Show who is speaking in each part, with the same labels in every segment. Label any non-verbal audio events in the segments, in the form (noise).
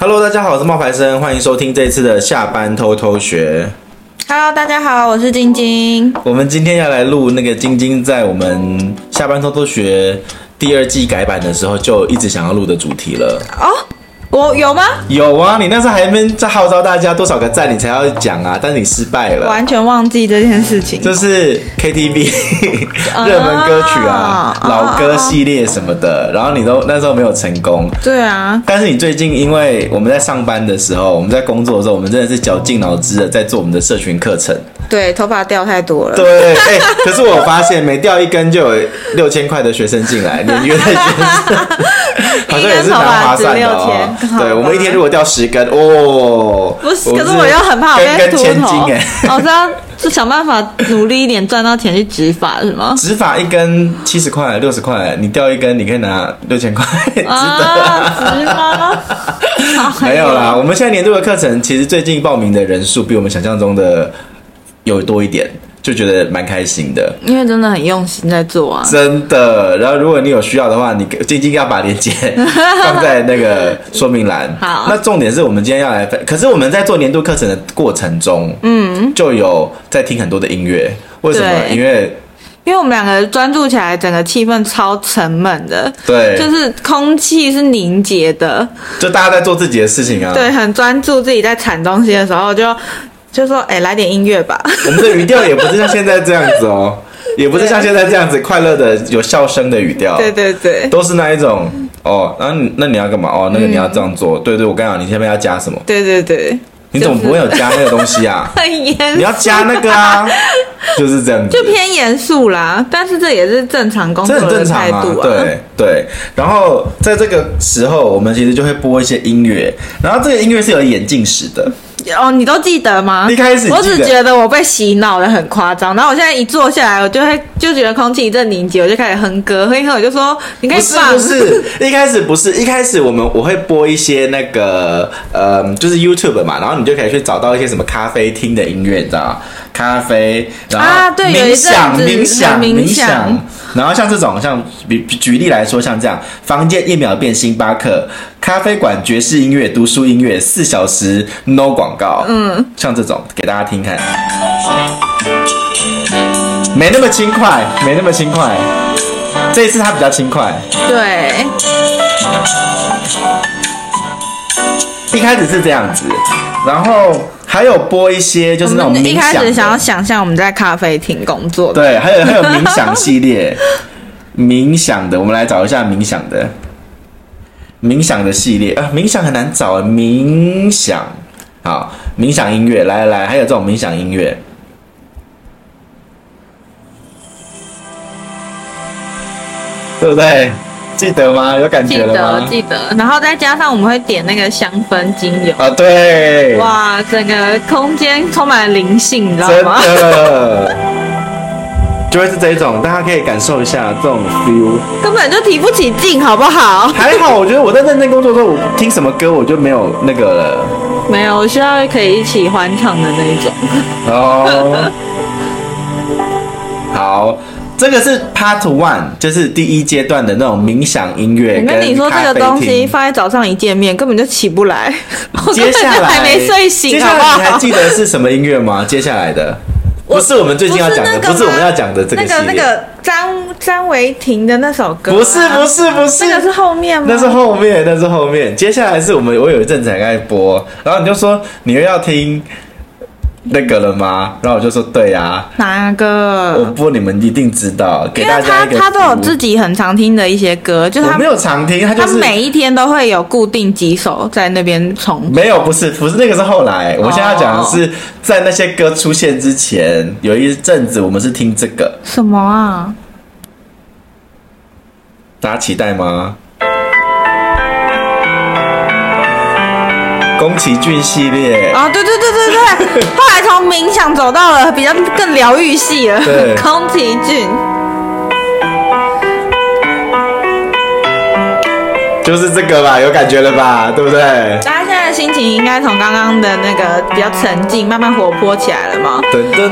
Speaker 1: Hello，大家好，我是冒牌生，欢迎收听这一次的下班偷偷学。
Speaker 2: Hello，大家好，我是晶晶。
Speaker 1: 我们今天要来录那个晶晶在我们下班偷偷学第二季改版的时候就一直想要录的主题了。
Speaker 2: 哦，我有吗？
Speaker 1: 有啊，你那时候还没在号召大家多少个赞你才要讲啊，但是你失败了。
Speaker 2: 完全忘记这件事情。
Speaker 1: 就是 (laughs) KTV 热门歌曲啊、
Speaker 2: 啊
Speaker 1: 老歌系列什么的，然后你都那时候没有成功。
Speaker 2: 对啊，
Speaker 1: 但是你最近，因为我们在上班的时候，我们在工作的时候，我们真的是绞尽脑汁的在做我们的社群课程。
Speaker 2: 对，头发掉太多了。
Speaker 1: 对，哎、可是我发现每掉一根就有六千块的学生进来，连约的学生 (laughs) 好像也是蛮划算的哦
Speaker 2: 一根头发只。6000
Speaker 1: 对，我们一天如果掉十根，哦，
Speaker 2: 不是，
Speaker 1: 我
Speaker 2: 可
Speaker 1: 们
Speaker 2: 是我又很怕我
Speaker 1: 根
Speaker 2: 被
Speaker 1: 根
Speaker 2: 秃
Speaker 1: 千
Speaker 2: 头
Speaker 1: 金哎、。
Speaker 2: 我是要就想办法努力一点赚到钱去植发，
Speaker 1: (laughs)
Speaker 2: 是吗？
Speaker 1: 植发一根七十块、六十块，你掉一根你可以拿六千块，值得。
Speaker 2: 啊，哎植发
Speaker 1: (laughs) 没有啦，我们现在年度的课程其实最近报名的人数比我们想象中的有多一点，就觉得蛮开心的，
Speaker 2: 因为真的很用心在做啊。
Speaker 1: (laughs) 真的。然后如果你有需要的话，你静静要把链
Speaker 2: (laughs)
Speaker 1: 接放在那个说明栏。
Speaker 2: 好
Speaker 1: 那重点是我们今天要来分，可是我们在做年度课程的过程中，嗯，就有在听很多的音乐，为什么？
Speaker 2: 对
Speaker 1: 因为
Speaker 2: 因为我们两个专注起来，整个气氛超沉闷的，
Speaker 1: 对，
Speaker 2: 就是空气是凝结的。
Speaker 1: 就大家在做自己的事情啊。
Speaker 2: 对，很专注自己在产东西的时候就，就说：“哎、来点音乐吧。
Speaker 1: 我们的语调也不是像现在这样子哦，也不是像现在这样子快乐的有笑声的语调，
Speaker 2: 对对对
Speaker 1: 都是那一种哦。然后你那你要干嘛？哦，那个你要这样
Speaker 2: 嗯
Speaker 1: 做。对对，我刚讲你下面要加什么？
Speaker 2: 对对对，
Speaker 1: 你怎么不会有加那个东西啊？
Speaker 2: 很严，
Speaker 1: 你要加那个
Speaker 2: (laughs)
Speaker 1: 啊，就是这样子，
Speaker 2: 就偏严肃啦。但是这也是正常工
Speaker 1: 这
Speaker 2: 作
Speaker 1: 很正
Speaker 2: 的
Speaker 1: 常
Speaker 2: 态
Speaker 1: 啊
Speaker 2: 度，
Speaker 1: 对对。然后在这个时候，我们其实就会播一些音乐，然后这个音乐是有眼镜史的，
Speaker 2: 哦，你都记得吗？
Speaker 1: 一开始记得
Speaker 2: 我只觉得我被洗脑的很夸张，然后我现在一坐下来，我就会就觉得空气一阵凝结，我就开始哼歌，哼一哼我就说：“你可以
Speaker 1: 不是
Speaker 2: 放。 (laughs)
Speaker 1: 不是，一开始不是，一开始我们我会播一些那个呃，就是 YouTube 嘛，然后你就可以去找到一些什么咖啡厅的音乐，你知道吗？咖啡，然后
Speaker 2: 啊对有一
Speaker 1: 冥想
Speaker 2: 阵子
Speaker 1: 冥想
Speaker 2: 很冥想
Speaker 1: 想，然后像这种像比举例来说，像这样，房间一秒变星巴克，咖啡馆爵士音乐、读书音乐，四小时 no 广告，嗯，像这种给大家听看，没那么轻快，没那么轻快，这一次它比较轻快。”
Speaker 2: 对，
Speaker 1: 一开始是这样子，然后还有播一些就是那种
Speaker 2: 我们
Speaker 1: 冥
Speaker 2: 一开
Speaker 1: 想
Speaker 2: 始
Speaker 1: 的，
Speaker 2: 想要想象我们在咖啡厅工作的，
Speaker 1: 对，还有还有冥想系
Speaker 2: (laughs)
Speaker 1: 列，冥想的，我们来找一下冥想的，冥想的系列啊，冥想很难找，冥想，好，冥想音乐，来来来，还有这种冥想音乐，对不对？记得吗？有感
Speaker 2: 记
Speaker 1: 觉了
Speaker 2: 得
Speaker 1: 吗？
Speaker 2: 记得，然后再加上我们会点那个香氛精油。
Speaker 1: 啊，对， (laughs)
Speaker 2: 哇，整个空间充满了灵性，你知道
Speaker 1: 真
Speaker 2: 吗？
Speaker 1: 的， (laughs) 就会是这一种，大家可以感受一下这种 feel。
Speaker 2: (laughs) 根本就提不起劲，好不好？
Speaker 1: 还好，我觉得我在认真工作的时候，我听什么歌我就没有那个了。
Speaker 2: 没有，我需要可以一起欢唱的那一种。
Speaker 1: 哦，好。这个是 Part One，就是第一阶段的那种冥想音乐。
Speaker 2: 我跟你说，这个东西
Speaker 1: 咖
Speaker 2: 放在早上一见面，根本就起不来， (laughs) 我
Speaker 1: 啡厅，接
Speaker 2: 根本
Speaker 1: 下
Speaker 2: 就
Speaker 1: 来
Speaker 2: 还没睡
Speaker 1: 接
Speaker 2: 醒，好
Speaker 1: 下
Speaker 2: 不
Speaker 1: 来你还
Speaker 2: 好？
Speaker 1: 记得是什么音乐吗？接下来的不是我们最近要讲的，不
Speaker 2: 那个吗
Speaker 1: 是我们要讲的这个
Speaker 2: 那
Speaker 1: 系
Speaker 2: 个那
Speaker 1: 列。
Speaker 2: 个张张维婷的那首歌啊，
Speaker 1: 不是不是不是，
Speaker 2: 那个是后面吗？
Speaker 1: 那是后面，那是后面。接下来是我们，我有一阵子很爱播，然后你就说你又要听那个了吗？然后我就说对啊，
Speaker 2: 哪
Speaker 1: 我
Speaker 2: 个？
Speaker 1: 播你们一定知道，给
Speaker 2: 因
Speaker 1: 大
Speaker 2: 为
Speaker 1: 家
Speaker 2: 他
Speaker 1: 一个。
Speaker 2: 他都有自，己很常听的一些歌，就是
Speaker 1: 我
Speaker 2: 他
Speaker 1: 没有常听，他就
Speaker 2: 他
Speaker 1: 是
Speaker 2: 每一天都会有固定几首在那边重
Speaker 1: 没有，不是不是那个是后来，我现在要讲的
Speaker 2: 哦
Speaker 1: 是在那些歌出现之前，有一阵子我们是听这个，
Speaker 2: 什么啊？
Speaker 1: 大家期待吗？宫崎骏系列，
Speaker 2: 啊，对对
Speaker 1: (laughs)
Speaker 2: 对对对，后来从冥想走到了比较更疗愈系了 (laughs)
Speaker 1: 对，
Speaker 2: 宫崎骏。
Speaker 1: 就是这个吧，有感觉了吧，对不对？
Speaker 2: 大家现在的心情应该从刚刚的那个比较沉静，慢慢活泼起来了嘛。
Speaker 1: 噔噔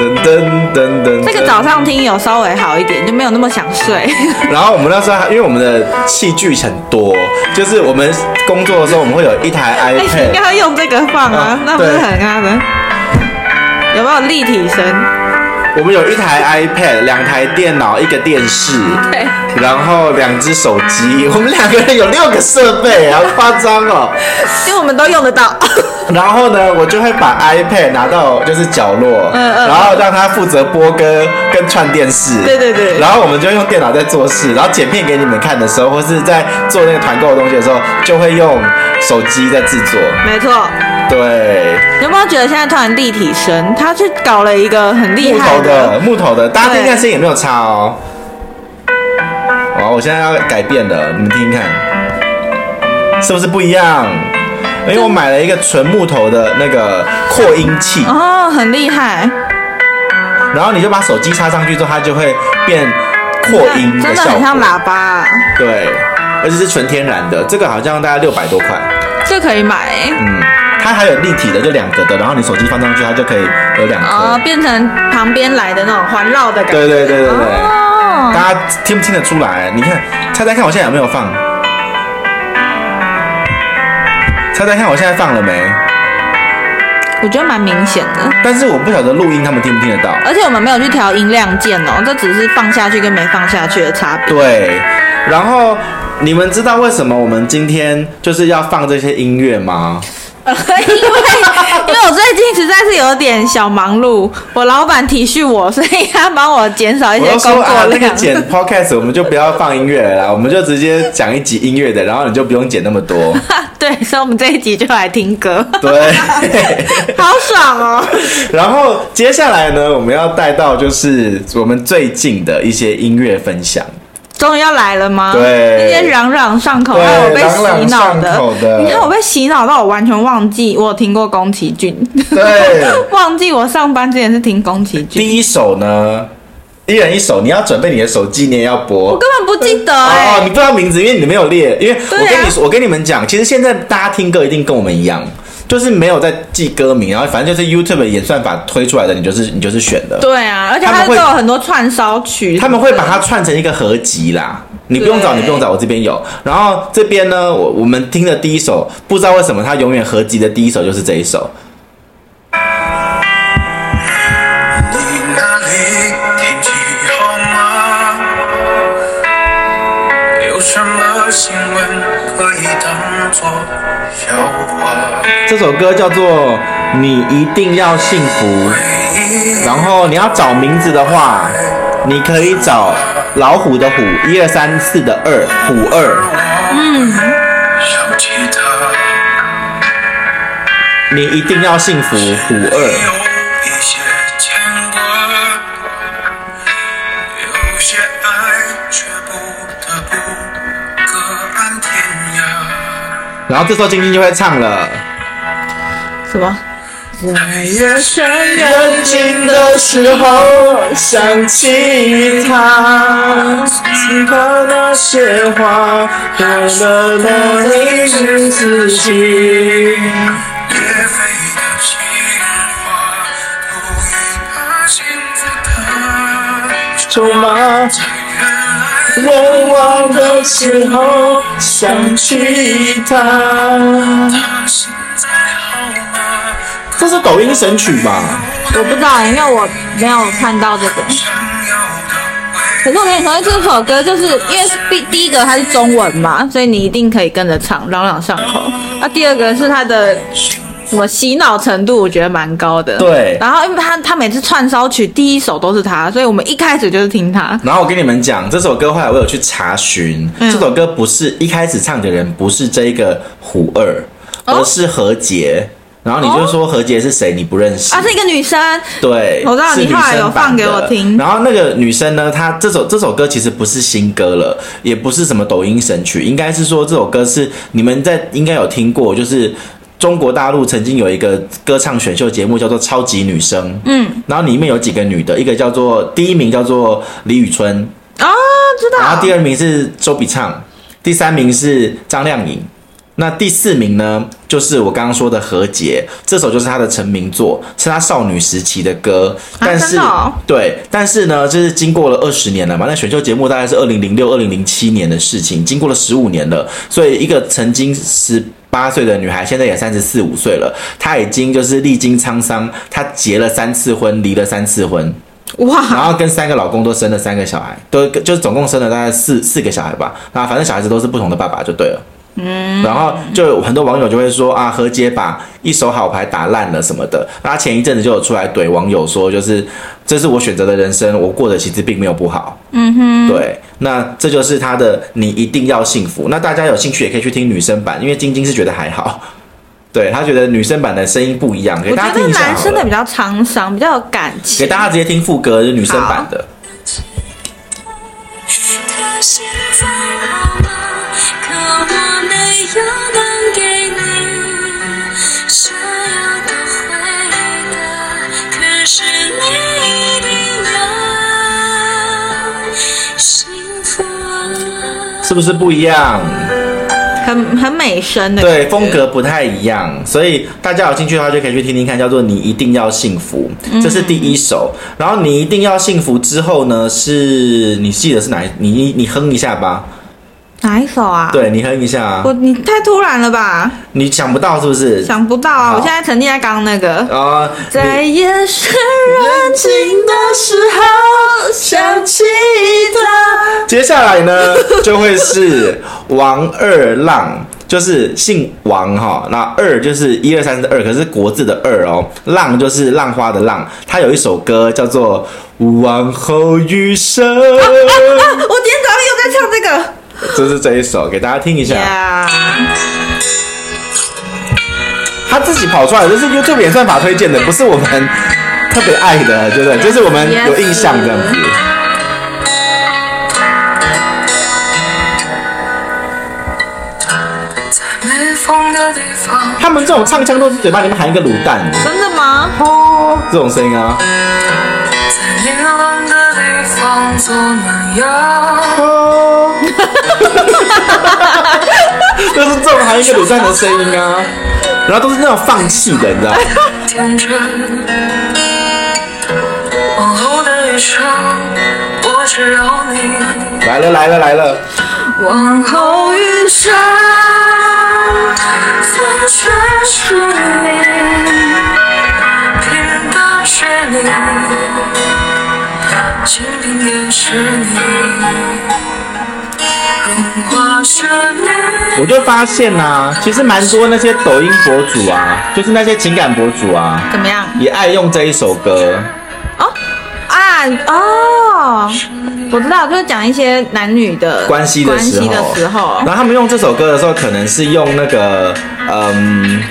Speaker 1: 噔噔噔噔。
Speaker 2: 这个早上听有稍微好一点，就没有那么想睡。
Speaker 1: 然后我们那时候还，因为我们的器具很多，就是我们工作的时候，我们会有一台
Speaker 2: 哎， (laughs) 应
Speaker 1: iPad，
Speaker 2: 该用这个放啊
Speaker 1: 嗯，
Speaker 2: 那不是
Speaker 1: 对
Speaker 2: 很啊的？有没有立体声？
Speaker 1: 我们有一台 iPad，两台电脑，一个电视，
Speaker 2: 对，
Speaker 1: 然后两只手机，我们两个人有六个设备，好夸张哦。
Speaker 2: 因为我们都用得到。 (laughs)
Speaker 1: 然后呢，我就会把 iPad 拿到就是角落，
Speaker 2: 嗯嗯
Speaker 1: 然后让他负责播歌跟串电视，
Speaker 2: 对对对
Speaker 1: 然后我们就用电脑在做事，然后剪片给你们看的时候，或是在做那个团购的东西的时候，就会用手机在制作。
Speaker 2: 没错，
Speaker 1: 对，
Speaker 2: 有没有觉得现在突然立体声？他去搞了一个很厉
Speaker 1: 木
Speaker 2: 害
Speaker 1: 头的木头的，大家听
Speaker 2: 对
Speaker 1: 看声音有没有差哦？哦，我现在要改变了，你们听听看，是不是不一样？因为我买了一个纯木头的那个扩音器，
Speaker 2: 哦，很厉害，
Speaker 1: 然后你就把手机插上去之后，它就会变扩音
Speaker 2: 真的
Speaker 1: 效
Speaker 2: 很像
Speaker 1: 果。
Speaker 2: 喇叭、啊，
Speaker 1: 对，而且是纯天然的，这个好像大概六百多块。
Speaker 2: 这可以买、欸。
Speaker 1: 嗯，它还有立体的，就两个的，然后你手机放上去，它就可以有两
Speaker 2: 哦，
Speaker 1: 颗。
Speaker 2: 变成旁边来的那种环绕的感觉。
Speaker 1: 对对对对对
Speaker 2: 哦，
Speaker 1: 大家听不听得出来？你看，猜猜看我现在有没有放？猜猜看我现在放了没？
Speaker 2: 我觉得蛮明显的，
Speaker 1: 但是我不晓得录音他们听不听得到。
Speaker 2: 而且我们没有去调音量键哦，这只是放下去跟没放下去的差别。
Speaker 1: 对，然后你们知道为什么我们今天就是要放这些音乐吗？
Speaker 2: (laughs) 因为因为我最近实在是有点小忙碌，我老板体恤我，所以他帮我减少一
Speaker 1: 我
Speaker 2: 些
Speaker 1: 要
Speaker 2: 工
Speaker 1: 说啊
Speaker 2: 作，
Speaker 1: 那个
Speaker 2: 量。
Speaker 1: 剪 podcast 我们就不要放音乐了啦，我们就直接讲一集音乐的，然后你就不用剪那么
Speaker 2: (laughs)
Speaker 1: 多。
Speaker 2: (laughs) 对，所以我们这一集就来听歌，
Speaker 1: 对，
Speaker 2: (laughs) 好爽哦！
Speaker 1: 然后接下来呢，我们要带到就是我们最近的一些音乐分享。
Speaker 2: 终于要来了吗？
Speaker 1: 对
Speaker 2: 那些嚷嚷上口，
Speaker 1: 对
Speaker 2: 让我被洗脑
Speaker 1: 朗朗上口的
Speaker 2: 你看我被洗脑到我完全忘记我有听过宫崎骏，
Speaker 1: 对，
Speaker 2: (laughs) 忘记我上班之前是听宫崎骏，
Speaker 1: 第一首呢，一人一首，你要准备你的手机，你也要播
Speaker 2: 我。根本不记得哎、
Speaker 1: 哦，你不知道名字，因为你没有列。因为我
Speaker 2: 对啊
Speaker 1: 跟你说，我跟你们讲，其实现在大家听歌一定跟我们一样，就是没有在记歌名，然后反正就是 YouTube 的演算法推出来的，你就是你就是选的。
Speaker 2: 对啊，而且
Speaker 1: 他们
Speaker 2: 他
Speaker 1: 会
Speaker 2: 都有很多串烧
Speaker 1: (laughs)
Speaker 2: 曲，
Speaker 1: 他们会把它串成一个合集啦。你不用找，
Speaker 2: 对
Speaker 1: 你不用找，我这边有。然后这边呢，我我们听的第一首，不知道为什么它永远合集的第一首就是这一首。
Speaker 3: 你那里天气好吗？有什么新闻可以当作笑话？
Speaker 1: 这首歌叫做《你一定要幸福》，然后你要找名字的话，你可以找老虎的虎，一二三四的二，虎二。
Speaker 3: 嗯，想起他，
Speaker 1: 你一定要幸福，虎二。
Speaker 3: 有一些牵挂，有些爱却不得不各安天涯。
Speaker 1: 然后这时候晶晶就会唱了。
Speaker 2: 什么？
Speaker 3: 夜深
Speaker 1: 人静的时候想起他，记得那些话，忘了那你是自己。
Speaker 3: 也飞的情话，不与他幸福的，
Speaker 1: 出马
Speaker 3: 在原来。
Speaker 1: 人忘的时候想起他。
Speaker 3: 他现在好吗？
Speaker 1: 这是抖音神曲吧？
Speaker 2: 我不知道，因为我没有看到这个。
Speaker 3: 想要的未
Speaker 2: 可是我跟你说，这首歌就是因为第第一个它是中文嘛，所以你一定可以跟着唱，朗朗上口。啊，第二个是它的什么洗脑程度，我觉得蛮高的。
Speaker 1: 对
Speaker 2: 然后因为他他每次串烧曲第一首都是他，所以我们一开始就是听他。
Speaker 1: 然后我跟你们讲，这首歌后来我有去查询，这首歌不是一开始唱的人不是这一个虎二，而是何洁。然后你就说何洁是谁？你不认识
Speaker 2: 啊，是一个女生，
Speaker 1: (laughs) 对，
Speaker 2: (laughs) 我知道
Speaker 1: 是
Speaker 2: 你
Speaker 1: 女
Speaker 2: 后来有
Speaker 1: 生版
Speaker 2: 放给
Speaker 1: 的
Speaker 2: 我听
Speaker 1: 然后那个女生呢，她这首这首歌其实不是新歌了，也不是什么抖音神曲，应该是说这首歌是你们在应该有听过，就是。中国大陆曾经有一个歌唱选秀节目叫做《超级女声》，嗯，然后里面有几个女的，一个叫做第一名叫做李宇春，
Speaker 2: 哦，知
Speaker 1: 然后
Speaker 2: 道
Speaker 1: 第。二名是周笔畅，第三名是张靓颖，那第四名呢，就是我刚刚说的《和解》，这首就是他的成名作，是他少女时期的歌。但是、
Speaker 2: 真的哦
Speaker 1: 对，但是呢，就是经过了二十年了嘛，那选秀节目大概是二零零六、二零零七年的事情，经过了十五年了，所以一个曾经十八岁的女孩，现在也三十四五岁了，她已经就是历经沧桑，她结了三次婚，离了三次婚， (laughs) 然
Speaker 2: 哇，
Speaker 1: 后跟三个老公都生了三个小孩，都就是总共生了大概四四个小孩吧。那反正小孩子都是不同的爸爸就对了。嗯，然后就有很多网友就会说啊，何洁把一手好牌打烂了什么的。那她前一阵子就有出来怼网友说，就是这是我选择的人生，我过得其实并没有不好。嗯哼，对，那这就是她的你一定要幸福。那大家有兴趣也可以去听女生版，因为晶晶是觉得还好， (laughs) 对她觉得女生版的声音不一样，给
Speaker 2: 我
Speaker 1: 大家
Speaker 2: 觉
Speaker 1: 听
Speaker 2: 得
Speaker 1: 一下好了。
Speaker 2: 男生的比较沧桑，比较有感
Speaker 1: 给
Speaker 2: 情。
Speaker 1: 大家直接听副歌，就是女生版的。
Speaker 4: 可现在好吗？可我没有能给你所有的回答，可是你一定要幸福啊！
Speaker 1: 是不是不一样？
Speaker 2: 很很美声的。
Speaker 1: 对，风格不太一样，所以大家有兴趣的话就可以去听听看，叫做《你一定要幸福》，这是第一首。然后《你一定要幸福》之后呢，是你记得是哪一？你你你哼一下吧，
Speaker 2: 哪一首啊？，
Speaker 1: 对你哼一下啊
Speaker 2: 我，你太突然了吧，
Speaker 1: 你想不到是不是？
Speaker 2: 想不到啊！
Speaker 1: 好
Speaker 2: 我现在沉浸在刚刚那个，
Speaker 1: 啊，
Speaker 2: 在夜深
Speaker 1: 安静的时候想起他。接下来呢， (laughs) 就会是王二浪，就是姓王哈、那二就是一二三的二，可是国字的二哦，浪就是浪花的浪。他有一首歌叫做《往后余生》，
Speaker 2: (laughs) 啊！我今天早上又在唱这个。
Speaker 1: 就是这一首，给大家听一下。
Speaker 2: 呀，
Speaker 1: 他自己跑出来的，这是 YouTube 演算法推荐的，不是我们特别爱的，对不对？就是我们有印象这样子。
Speaker 3: 在没风的地方，
Speaker 1: 他们这种唱腔都是嘴巴里面含一个卤蛋，
Speaker 2: 真的吗？
Speaker 1: 这种声音啊。
Speaker 3: 在凌乱的地方做
Speaker 1: (laughs)
Speaker 3: 暖阳。
Speaker 1: 就是这种含一个卤蛋的声音啊，然后都是那种放弃的，你知道吗？
Speaker 3: 天真。往后的余生，我只要你。
Speaker 1: 来了来了来了，
Speaker 3: 往后余生，风雪是你，平淡是你，清贫也是你，融化是你。
Speaker 1: 我就发现啊，其实蛮多那些抖音博主啊，就是那些情感博主啊，
Speaker 2: 怎么样？
Speaker 1: 也爱用这一首歌。
Speaker 2: 哦啊哦，我知道，就是讲一些男女的
Speaker 1: 关系的
Speaker 2: 关
Speaker 1: 时
Speaker 2: 系
Speaker 1: 候，
Speaker 2: 的时候
Speaker 1: 然，后他们用这首歌的时候，可能是用那个，嗯，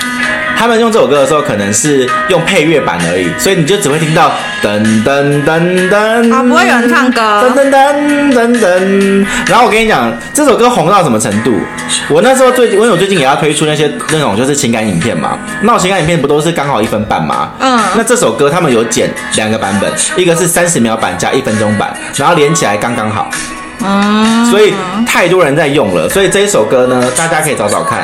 Speaker 1: 他们用这首歌的时候，可能是用配乐版而已，所以你就只会听到噔噔噔噔，
Speaker 2: 啊不会有人唱歌
Speaker 1: 噔噔噔噔噔。然后我跟你讲，这首歌红到什么程度？我那时候最，因为我最近也要推出那些那种就是情感影片嘛，那我情感影片不都是刚好一分半嘛？
Speaker 2: 嗯
Speaker 1: 那这首歌他们有剪两个版本，一个是三十秒版加一分钟版，然后连起来刚刚好。
Speaker 2: 嗯，
Speaker 1: 所以太多人在用了，所以这一首歌呢，大家可以找找看，《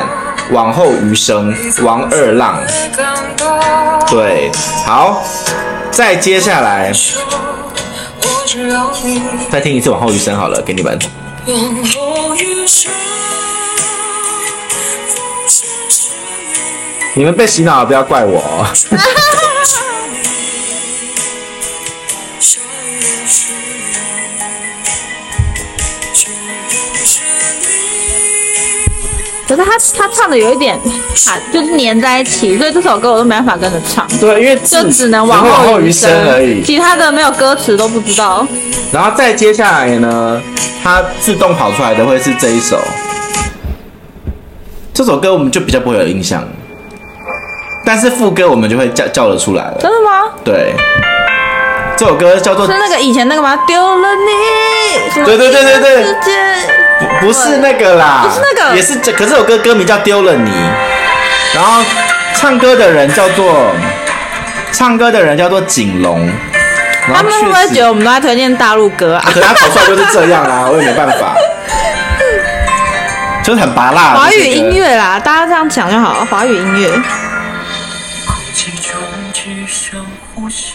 Speaker 1: 往后余生》王二浪，
Speaker 3: 感动。
Speaker 1: 对，好，再接下来
Speaker 3: 我只要你
Speaker 1: 再听一次《往后余生》好了，给你们。
Speaker 3: 往后余生，
Speaker 1: 你们被洗脑了，不要怪我、
Speaker 2: (laughs)
Speaker 1: 哦。
Speaker 3: 相遇是你，情不是你，
Speaker 2: 可是他他唱的有一点卡，就是粘在一起，所以这首歌我都没办法跟着唱。
Speaker 1: 对，因为
Speaker 2: 就只能往
Speaker 1: 后
Speaker 2: 后余
Speaker 1: 生
Speaker 2: 生
Speaker 1: 而已。
Speaker 2: 其他的没有歌词都不知道。
Speaker 1: 然后再接下来呢，它自动跑出来的会是这一首。这首歌我们就比较不会有印象，但是副歌我们就会叫叫得出来了。
Speaker 2: 真的吗？
Speaker 1: 对，这首歌叫做
Speaker 2: 是那个以前那个吗？丢了你，什么
Speaker 1: 对对对对对
Speaker 2: 一瞬间
Speaker 1: 不不是那个啦，
Speaker 2: 不是那个
Speaker 1: 也是这，可是这首歌歌名叫《丢了你》，然后唱歌的人叫做唱歌的人叫做景龙，然后
Speaker 2: 他们会不会
Speaker 1: 确
Speaker 2: 觉
Speaker 1: 实，
Speaker 2: 得我们都在推荐大陆歌啊
Speaker 1: 可？
Speaker 2: (laughs)
Speaker 1: 是他跑出来就是这样啊，我也没办法。就是很拔辣的
Speaker 2: 华
Speaker 1: 这
Speaker 2: 语
Speaker 1: 个
Speaker 2: 音乐啦，大家这样讲就好了。华语音乐，
Speaker 3: 空气中只剩呼吸。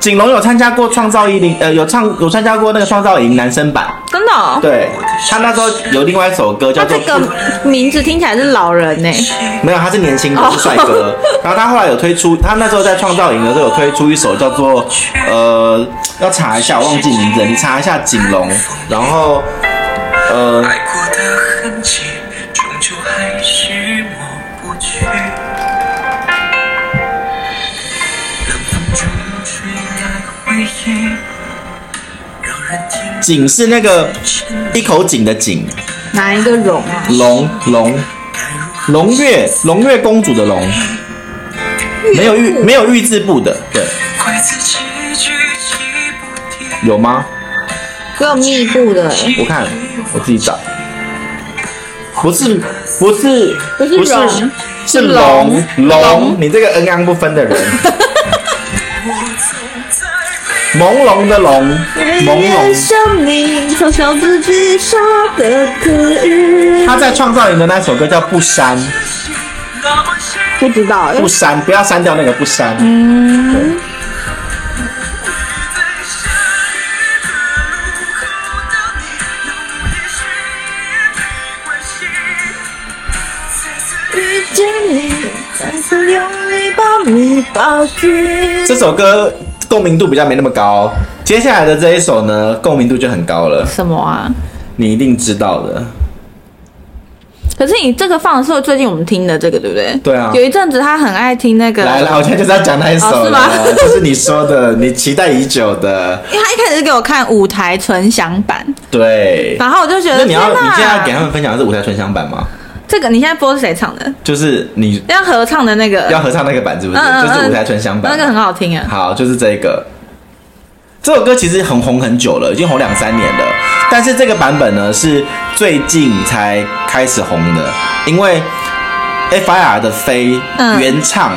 Speaker 1: 锦龙有参加过创造一零，呃，有唱有参加过那个创造营男生版，
Speaker 2: 真的、哦，
Speaker 1: 对他那时候有另外一首歌叫
Speaker 2: 他
Speaker 1: 做
Speaker 2: 这
Speaker 1: 不，
Speaker 2: 个名字听起来是老人呢、
Speaker 1: 没有，他是年轻的，
Speaker 2: 哦
Speaker 1: 是帅哥。 (laughs) 然后他后来有推出，他那时候在创造营的时候有推出一首叫做呃，要查一下，我忘记名字了，你查一下锦龙，然后呃，
Speaker 3: 爱过的痕迹，终究还是抹不去。冷风中吹来回忆，让人听
Speaker 1: 锦是那个
Speaker 3: 见
Speaker 1: 一口井的井，
Speaker 2: 哪一个容啊？
Speaker 1: 龙龙
Speaker 3: 该如何
Speaker 1: 龙月龙月公主的龙，没有玉没有玉字部的，对，
Speaker 3: 怪自己举棋不定。
Speaker 1: 有吗？
Speaker 2: 只有密布的、欸，
Speaker 1: 我看我自己找，不是不是
Speaker 2: 不
Speaker 1: 是
Speaker 2: 是龙
Speaker 1: 是
Speaker 2: 是
Speaker 1: 龙龙
Speaker 2: 龙，
Speaker 1: 你这个恩安不分的人，
Speaker 3: 我总在被
Speaker 1: 朦胧的龙，
Speaker 2: (laughs)
Speaker 1: 朦胧。
Speaker 2: 生命从小自自杀的可日。
Speaker 1: 他在创造营的那首歌叫《不删
Speaker 3: 那么幸
Speaker 2: 不知道，哎
Speaker 1: 不删》，不要删掉那个不删。
Speaker 2: 嗯
Speaker 3: 运的下雨的路口的
Speaker 2: 遇
Speaker 3: 你，有也许也没关系。再次
Speaker 2: 见你，再次用力把你抱紧。
Speaker 1: 这首歌共鸣度比较没那么高，接下来的这一首呢，共鸣度就很高了，
Speaker 2: 什么啊？
Speaker 1: 你一定知道的。
Speaker 2: 可是你这个放的是最近我们听的这个，对不对？
Speaker 1: 对啊
Speaker 2: 有一阵子他很爱听那个，
Speaker 1: 来来，我现在就是要讲那一首
Speaker 2: 啊哦是吗
Speaker 1: 了， (laughs) 就是你说的，你期待已久的，
Speaker 2: 因为他一开始是给我看舞台纯享版，
Speaker 1: 对。
Speaker 2: 然后我就觉得，
Speaker 1: 那你要
Speaker 2: 天
Speaker 1: 你
Speaker 2: 哪
Speaker 1: 现在要给他们分享的是舞台纯享版吗？
Speaker 2: 这个，你现在播是谁唱的？
Speaker 1: 就是你
Speaker 2: 要合唱的那个，
Speaker 1: 要合唱那个版是不是？
Speaker 2: 嗯
Speaker 1: 就
Speaker 2: 嗯
Speaker 1: 是舞台
Speaker 2: 嗯
Speaker 1: 纯享版。
Speaker 2: 那个很好听啊。
Speaker 1: (laughs) 好，就是这个。这首歌其实很红很久了，已经红两三年了。但是这个版本呢，是最近才开始红的，因为 F.I.R 的飞
Speaker 2: 嗯
Speaker 1: 原唱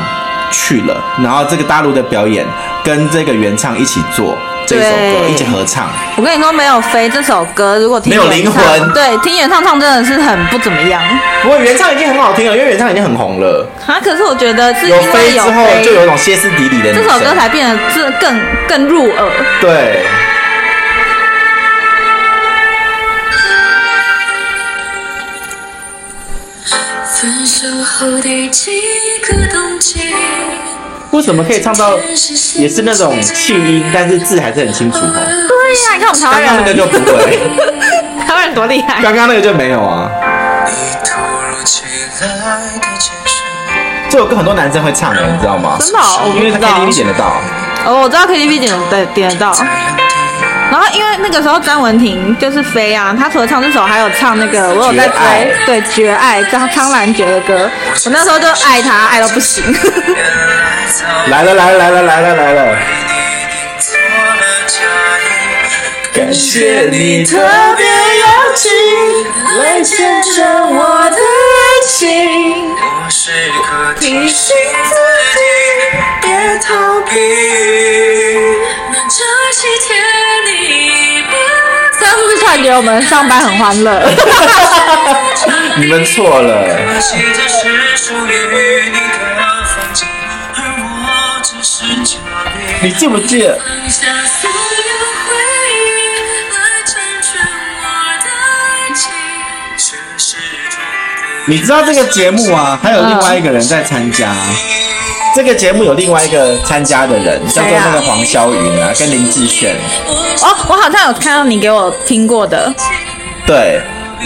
Speaker 1: 去了，然后这个大陆的表演跟这个原唱一起做这首歌，
Speaker 2: 对
Speaker 1: 一起合唱。
Speaker 2: 我跟你说，没有飞这首歌，如果听
Speaker 1: 没有
Speaker 2: 原
Speaker 1: 灵
Speaker 2: 唱
Speaker 1: 魂
Speaker 2: 对，听演唱唱真的是很不怎么样
Speaker 1: 不过原唱已经很好听了，因为原唱已经很红了。
Speaker 2: 啊。可是我觉得是因
Speaker 1: 有
Speaker 2: 为
Speaker 1: 飞之
Speaker 2: 有
Speaker 1: 后，
Speaker 2: 飞，
Speaker 1: 就有一种歇斯底里的女
Speaker 2: 这
Speaker 1: 生。
Speaker 2: 首歌才变得这更更入耳。
Speaker 1: 对。
Speaker 4: 分手后的几个冬季，
Speaker 1: 为什么可以唱到也是那种气音，但是字还是很清楚
Speaker 4: 偶
Speaker 1: 哦？
Speaker 4: 尔
Speaker 2: 对呀、你看我们
Speaker 1: 刚
Speaker 2: 台
Speaker 1: 刚那
Speaker 2: 湾
Speaker 1: 个
Speaker 2: 人，
Speaker 1: 就不会，
Speaker 2: 台湾人多厉
Speaker 1: (laughs)
Speaker 2: 害。
Speaker 1: 刚刚那个就没有啊。
Speaker 3: 你突如其来的解释，
Speaker 1: 这首歌很多男生会唱的，你知道吗？
Speaker 2: 真的哦我不知
Speaker 1: 因
Speaker 2: 道
Speaker 1: 为他 KTV 点得到。
Speaker 2: 哦，我知道 KTV 点得点得到。
Speaker 3: 太阳底
Speaker 2: 然后因为那个时候张文婷就是飞啊，她除了唱这首，还有唱那个我有在
Speaker 1: 绝爱
Speaker 2: 追，对《绝爱》张苍兰诀的歌，我那时候就爱她，爱到不行。
Speaker 3: 原来早
Speaker 1: 来了来了来了来了来了，
Speaker 3: 被你引错了脚印，
Speaker 1: 感
Speaker 3: 谢你特
Speaker 1: 别邀请来见证我的爱情。
Speaker 3: 我时刻提醒自己别逃避。
Speaker 4: 那这些天里别
Speaker 2: (laughs) 这样是不是突然觉得我们上班很欢 (laughs) 乐？
Speaker 1: 你们错了，
Speaker 3: 可惜这是属于你的风景，而我只是嘉
Speaker 1: 你
Speaker 3: 宾。
Speaker 1: 记不记得？
Speaker 4: 放下所有回忆来成全我的爱情。
Speaker 3: 这是种
Speaker 1: 你知道这个节目啊，还有另外一个人在参加。这个节目有另外一个参加的人，叫做那个黄霄云啊，跟林志炫。
Speaker 4: 我
Speaker 2: 哦，我好像有看到你给我听过的，
Speaker 1: 对，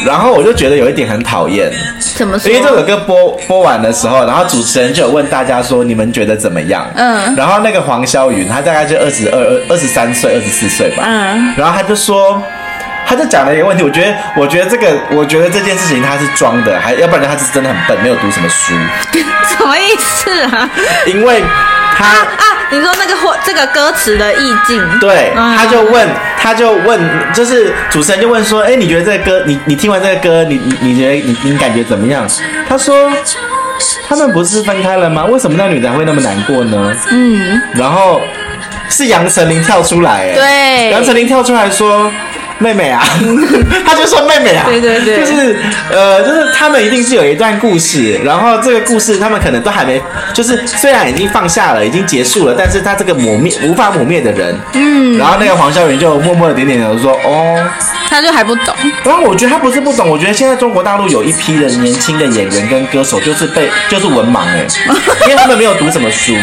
Speaker 1: 然后我就觉得有一点很讨厌，
Speaker 2: 怎么说
Speaker 1: 因为？这首歌播播完的时候，然后主持人就有问大家说你们觉得怎么样？
Speaker 2: 嗯
Speaker 1: 然后那个黄霄云，他大概就二十二、二二十三岁、二十四岁吧。
Speaker 2: 嗯，
Speaker 1: 然后他就说，他就讲了一个问题，我觉得，我觉得这个，我觉得这件事情他是装的，还要不然他是真的很笨，没有读什么
Speaker 2: (laughs)
Speaker 1: 书，
Speaker 2: (laughs) 什么意思啊？
Speaker 1: 因为他。
Speaker 2: 啊，你说那个或这个歌词的意境？
Speaker 1: 对，
Speaker 2: 嗯
Speaker 1: 他就问，他就问，就是主持人就问说，哎，你觉得这个歌，你你听完这个歌，你你你觉得你你感觉怎么样？他说，
Speaker 4: 就是
Speaker 1: 他们不是分开了吗？为什么那女的还会那么难过呢？嗯，然后是杨丞琳跳出来，哎
Speaker 2: 对
Speaker 1: 杨丞琳跳出来说，妹妹
Speaker 2: (laughs)
Speaker 1: 啊， (laughs) 他就说妹妹啊，
Speaker 2: 对对对
Speaker 1: 就是呃，就是他们一定是有一段故事，然后这个故事他们可能都还没，就是虽然已经放下了，已经结束了，但是他这个抹灭无法抹灭的人，嗯，然后那个黄孝元就默默的点点头说，哦，
Speaker 2: 他就还不懂，
Speaker 1: 然后我觉得他不是不懂，我觉得现在中国大陆有一批的年轻的演员跟歌手就是被就是文盲
Speaker 2: (laughs)
Speaker 1: 哎、因为他们没有读什么书，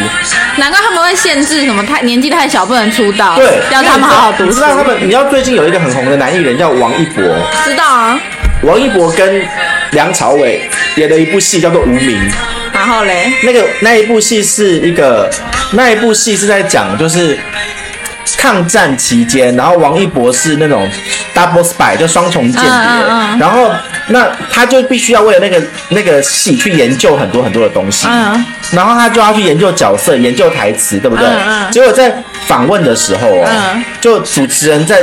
Speaker 2: 难怪他们会限制什么太年纪太小啊不能出道，
Speaker 1: 对，
Speaker 2: 要他们好好读
Speaker 1: 你
Speaker 2: 书
Speaker 1: 知。道他们，你知道最近有一个很红的男艺人叫王一博，
Speaker 2: 知道啊，
Speaker 1: 王一博跟梁朝伟演了一部戏叫做《无名》，
Speaker 2: 然后嘞，
Speaker 1: 那个那一部戏是一个那一部戏是在讲就是抗战期间，然后王一博是那种 double spy 就双重间谍，
Speaker 2: 嗯嗯嗯
Speaker 1: 然后那他就必须要为了那个那个戏去研究很多很多的东西，
Speaker 2: 嗯
Speaker 1: 然后他就要去研究角色、研究台词，对不对？
Speaker 2: 嗯嗯
Speaker 1: 结果在访问的时候哦，
Speaker 2: 嗯
Speaker 1: 就主持人在。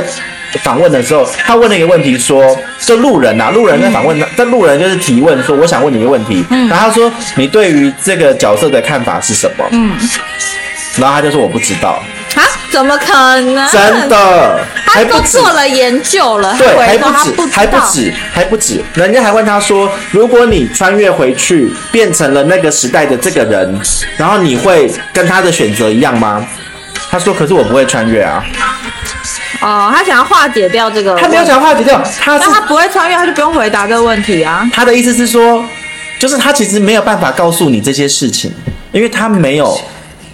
Speaker 1: 访问的时候，他问了一个问题说就路人呐、啊，路人在访问，
Speaker 2: 嗯
Speaker 1: 但路人就是提问说，我想问你一个问题，然后他说你对于这个角色的看法是什么？嗯，然后他就说我不知道，
Speaker 2: 啊，怎么可能？
Speaker 1: 真，的，
Speaker 2: 他
Speaker 1: 还不
Speaker 2: 都
Speaker 1: 止，
Speaker 2: 做了研究了，
Speaker 1: 对，
Speaker 2: 他
Speaker 1: 还
Speaker 2: 回头
Speaker 1: 不
Speaker 2: 他
Speaker 1: 止，
Speaker 2: 知
Speaker 1: 还
Speaker 2: 道
Speaker 1: 不止，还不止，人家还问他说，如果你穿越回去，变成了那个时代的这个人，然后你会跟他的选择一样吗？他说，可是我不会穿越啊，
Speaker 2: 哦，他想要化解掉这个，
Speaker 1: 他没有，想化解掉，他是
Speaker 2: 但他不会穿越，他就不用回答这个问题啊。
Speaker 1: 他的意思是说，就是他其实没有办法告诉你这些事情，因为他没有，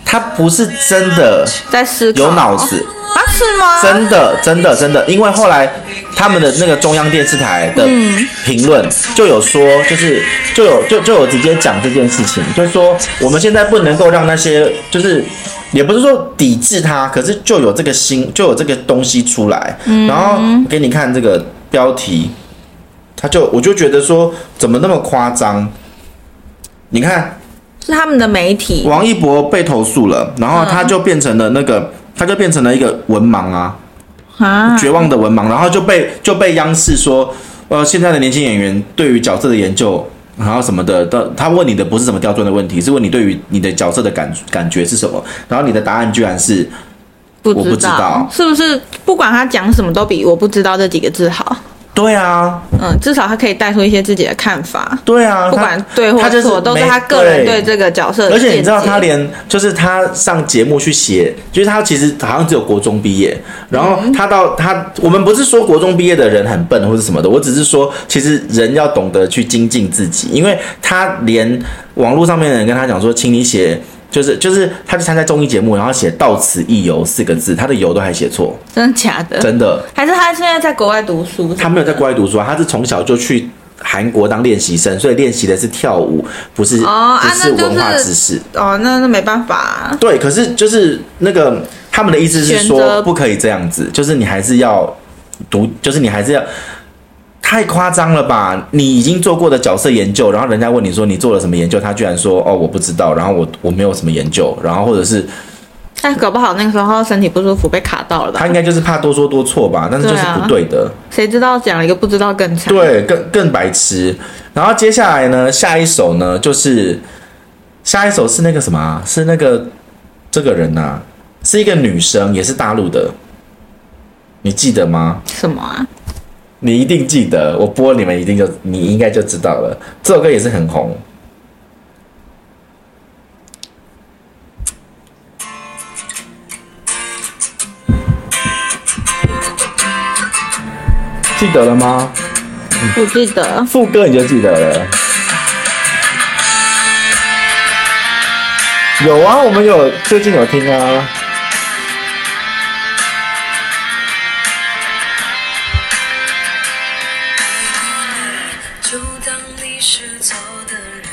Speaker 1: 他不是真的
Speaker 2: 在思考
Speaker 1: 有脑子。
Speaker 2: 啊？是吗？
Speaker 1: 真的，真的，真的，因为后来他们的那个中央电视台的评论就有说，就是就有就就有直接讲这件事情，就是说我们现在不能够让那些就是。也不是说抵制它，可是就有这个心，就有这个东西出来。然后给你看这个标题，他就我就觉得说怎么那么夸张？你看
Speaker 2: 是他们的媒体
Speaker 1: 王一博被投诉了，然后他就变成了那个，他就变成了一个文盲啊。
Speaker 2: 啊，
Speaker 1: 绝望的文盲，然后就被就被央视说，呃，现在的年轻演员对于角色的研究，然后什么的，的他问你的不是什么刁钻的问题，是问你对于你的角色的感感觉是什么，然后你的答案居然是
Speaker 2: 不
Speaker 1: 我不知道
Speaker 2: 是不是？不管他讲什么，都比我不知道这几个字好。
Speaker 1: 对啊，
Speaker 2: 嗯，至少他可以带出一些自己的看法，
Speaker 1: 对啊，
Speaker 2: 不
Speaker 1: 他
Speaker 2: 管对或
Speaker 1: 他就是
Speaker 2: 错，都是
Speaker 1: 没
Speaker 2: 他个人对
Speaker 1: 对
Speaker 2: 这个角色的
Speaker 1: 而且你知道
Speaker 2: 见解
Speaker 1: 他连就是他上节目去写，就是他其实好像只有国中毕业，然后
Speaker 2: 嗯
Speaker 1: 他到他我们不是说国中毕业的人很笨或者什么的，我只是说其实人要懂得去精进自己，因为他连网络上面的人跟他讲说，请你写。就是就是，他去参加综艺节目，然后写“到此一游”四个字，他的“游”都还写错，
Speaker 2: 真的假的？
Speaker 1: 真的。
Speaker 2: 还是他现在在国外读书？
Speaker 1: 他没有在国外读书啊，他是从小就去韩国当练习生，所以练习的是跳舞，不是、
Speaker 2: 哦啊
Speaker 1: 不是
Speaker 2: 那就是
Speaker 1: 文化知识。
Speaker 2: 哦，那那没办法啊、
Speaker 1: 对，可是就是那个他们的意思是
Speaker 2: 选择
Speaker 1: 说不可以这样子，就是你还是要读，就是你还是要。太夸张了吧！你已经做过的角色研究，然后人家问你说你做了什么研究，他居然说哦我不知道，然后我我没有什么研究，然后或者是
Speaker 2: 但哎搞不好那个时候身体不舒服被卡到了吧
Speaker 1: 他？应该就是怕多说多错吧，但是就是
Speaker 2: 对啊
Speaker 1: 不对的。
Speaker 2: 谁知道讲了一个不知道更惨？，
Speaker 1: 对，更更白痴。然后接下来呢，下一首呢就是下一首是那个什么啊、是那个这个人呐、是一个女生，也是大陆的，你记得吗？
Speaker 2: 什么啊？
Speaker 1: 你一定记得，我播你们一定就你应该就知道了。这首歌也是很红，记得了吗？
Speaker 2: 不记得。
Speaker 1: 副歌你就记得了。有啊，我们有最近有听啊。
Speaker 4: 就当你是错的人，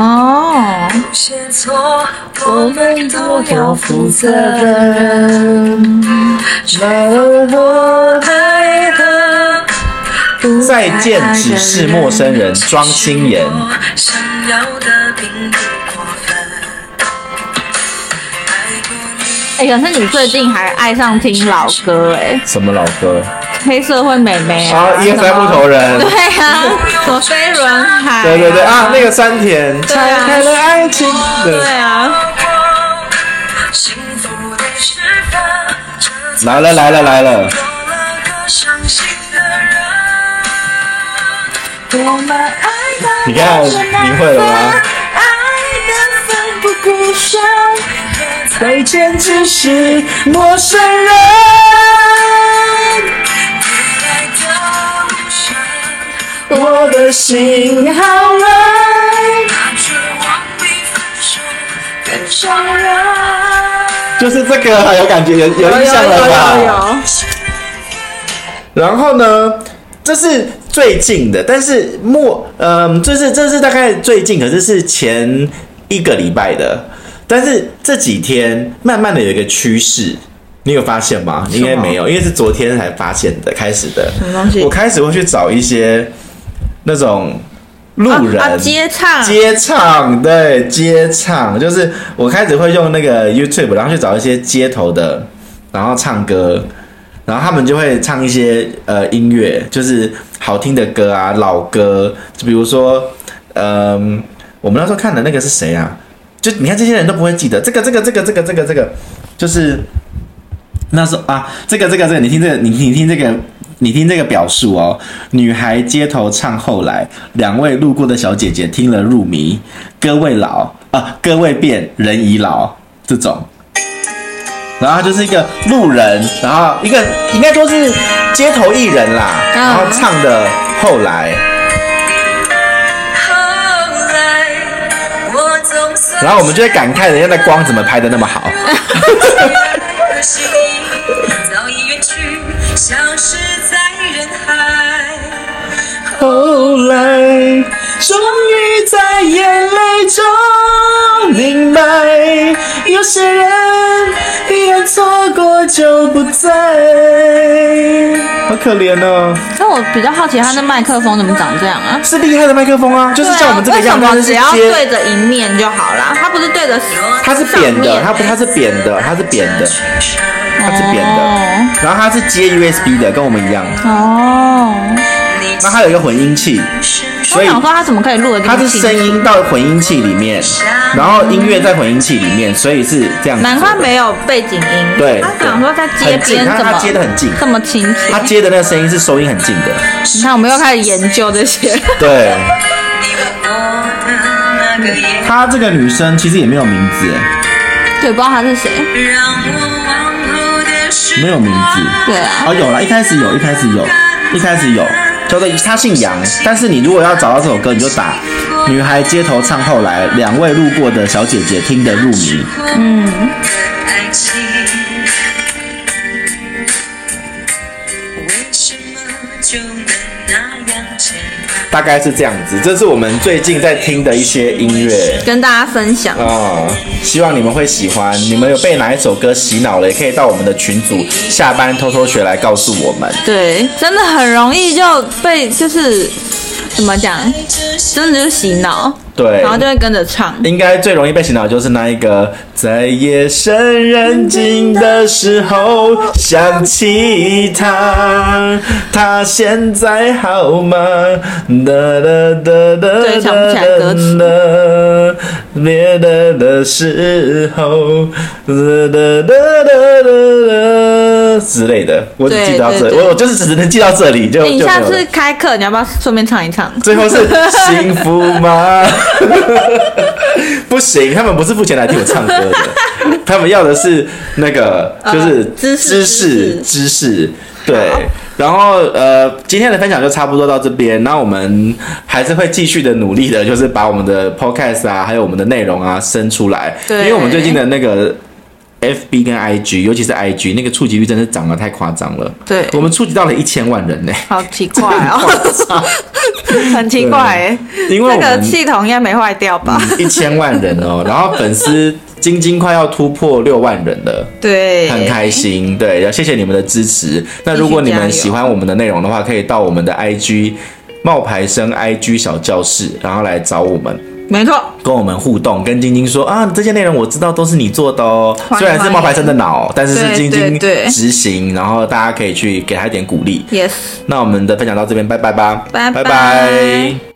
Speaker 2: 哦，
Speaker 4: 有些错我们都要负责任。爱的不
Speaker 1: 再见，只是陌生人，庄心妍。
Speaker 4: 想要的并不过分。爱过你
Speaker 2: 哎、可是你最近还爱上听老歌哎、
Speaker 1: 什么老歌？
Speaker 2: 黑社会美眉啊
Speaker 1: 啊，一二三木头人。
Speaker 2: 对啊，什么飞轮海、
Speaker 1: 对对对啊，那个山田
Speaker 2: 啊
Speaker 1: 拆开了爱情。对
Speaker 2: 对啊，
Speaker 4: 过幸福的时分，这次
Speaker 1: 来了来了来了，
Speaker 4: 有了个
Speaker 3: 我们爱到
Speaker 1: 你看
Speaker 3: 不能
Speaker 1: 你会了吗
Speaker 3: 分爱的奋不顾身，
Speaker 1: 再见，只是陌生人。
Speaker 3: 爱的无声，
Speaker 1: 我的心好冷，
Speaker 3: 怕绝望比分手更伤人。
Speaker 1: 就是这个有感觉，有有
Speaker 2: 有
Speaker 1: 印
Speaker 2: 有
Speaker 1: 象了吧？
Speaker 2: 有有有，
Speaker 1: 然后呢，这是最近的，但是末，嗯、就是这是大概最近，可是是前一个礼拜的，但是这几天慢慢的有一个趋势。你有发现吗？应该没有，因为是昨天才发现的，开始的。
Speaker 2: 什么东西
Speaker 1: 我开始会去找一些那种路人、
Speaker 2: 啊啊接唱
Speaker 1: 接唱，对，接唱，就是我开始会用那个 YouTube，然后去找一些街头的，然后唱歌，然后他们就会唱一些呃音乐，就是好听的歌啊，老歌，就比如说，嗯、我们那时候看的那个是谁啊？就你看这些人都不会记得这个这个这个这个这个这个，就是那时候啊，这个这个这个，你听这个，你你听这个，你听这个表述哦。女孩街头唱后来，两位路过的小姐姐听了入迷，歌未老啊，歌未变，人已老这种。然后她就是一个路人，然后一个应该说是街头艺人啦，
Speaker 2: 嗯
Speaker 1: 然后唱的后来，
Speaker 4: 后来我总算
Speaker 1: 然后我们就会感慨人家的光怎么拍的那么好。
Speaker 4: 可惜早已远去，消失在人海。
Speaker 1: 后来，终于在眼泪中明白，有些人一眼错过就不再。好可怜哦，
Speaker 2: 但我比较好奇他那麦克风怎么长这样啊？
Speaker 1: 是厉害的麦克风啊，就是像我们这个
Speaker 2: 对啊
Speaker 1: 样，
Speaker 2: 为
Speaker 1: 但
Speaker 2: 什么
Speaker 1: 是是
Speaker 2: 只要对
Speaker 1: 接，
Speaker 2: 着一面就好啦？它不是对着
Speaker 1: 它是扁
Speaker 2: 上
Speaker 1: 的，
Speaker 2: 面
Speaker 1: 它不，它是扁的，它是扁的，它是扁
Speaker 2: 哦
Speaker 1: 的，然后它是接 USB 的，跟我们一样。
Speaker 2: 哦。
Speaker 1: 那它有一个混音器，所
Speaker 2: 我
Speaker 1: 以
Speaker 2: 想说它怎么可以录得进去？
Speaker 1: 它是声音到混音器里面，然后音乐在混音器里面，所以是这样子做的。
Speaker 2: 难怪没有背景音。
Speaker 1: 对
Speaker 2: 他想说在街
Speaker 1: 很近
Speaker 2: 边
Speaker 1: 他
Speaker 2: 怎
Speaker 1: 他
Speaker 2: 么
Speaker 1: 接得很近
Speaker 2: 这么清楚？
Speaker 1: 他接的那个声音是收音很近的，
Speaker 2: 你看，我们又开始研究这些。
Speaker 1: 对
Speaker 4: 我的那个夜，
Speaker 1: 她这个女生其实也没有名字，
Speaker 2: 对，不知道他是谁。
Speaker 4: 让我往后的时
Speaker 1: 没有名字，
Speaker 2: 对啊，
Speaker 1: 哦有了，一开始有，一开始有，一开始有，叫做她姓杨，但是你如果要找到这首歌，你就打“女孩街头唱后来”，两位路过的小姐姐听得入迷，
Speaker 4: 爱情，为什么就能那样简单？
Speaker 1: 大概是这样子。这是我们最近在听的一些音乐。
Speaker 2: 跟大家分享。
Speaker 1: 哦，希望你们会喜欢。你们有被哪一首歌洗脑了，也可以到我们的群组下班偷偷学来告诉我们。
Speaker 2: 对，真的很容易就被就是怎么讲，真的就洗脑，
Speaker 1: 对，
Speaker 2: 然后就会跟着唱。
Speaker 1: 应该最容易被洗脑的就是那一个，在夜深人静的时候想起他，他现在好吗？哒哒哒哒
Speaker 2: 对想不起来歌词
Speaker 1: 哒哒，别的的时候，哒哒哒哒哒哒之类的，我只记到这，
Speaker 2: 对对对
Speaker 1: 我我就是只能记到这里，就
Speaker 2: 哎你
Speaker 1: 就没
Speaker 2: 下
Speaker 1: 有了
Speaker 2: 次。开课，你要不要顺便唱一唱？
Speaker 1: 最后是幸福吗？ (laughs) 不行，他们不是付钱来听我唱歌的，他们要的是那个就是
Speaker 2: 呃知识
Speaker 1: 知识
Speaker 2: 知识
Speaker 1: 知识对。然后呃，今天的分享就差不多到这边。那我们还是会继续的努力的，就是把我们的 podcast 啊，还有我们的内容啊生出来。
Speaker 2: 对
Speaker 1: 因为我们最近的那个 FB 跟 IG，尤其是 IG 那个触及率真的涨得太夸张了。
Speaker 2: 对
Speaker 1: 我们触及到了一千万人呢、
Speaker 2: 好奇怪
Speaker 1: (laughs)
Speaker 2: 哦，很奇怪哎，
Speaker 1: 因为我
Speaker 2: 这个
Speaker 1: 们嗯
Speaker 2: 系统应该没坏掉吧？
Speaker 1: 一千万人
Speaker 2: (laughs)
Speaker 1: 哦，然后粉丝晶晶快要突破六万人了。
Speaker 2: 对，
Speaker 1: 很开心，对，要谢谢你们的支持。那如果你们喜欢我们的内容的话，可以到我们的 IG 冒牌生 IG 小教室，然后来找我们，
Speaker 2: 没错。
Speaker 1: 跟我们互动，跟晶晶说啊，这些内容我知道都是你做的哦，
Speaker 2: 欢迎
Speaker 1: 虽然是冒牌生的脑，但是是
Speaker 2: 对
Speaker 1: 晶晶
Speaker 2: 对对
Speaker 1: 执行，然后大家可以去给他一点鼓励。
Speaker 2: Yes，
Speaker 1: 那我们的分享到这边，拜拜吧，
Speaker 2: 拜
Speaker 1: 拜
Speaker 2: 拜
Speaker 1: 拜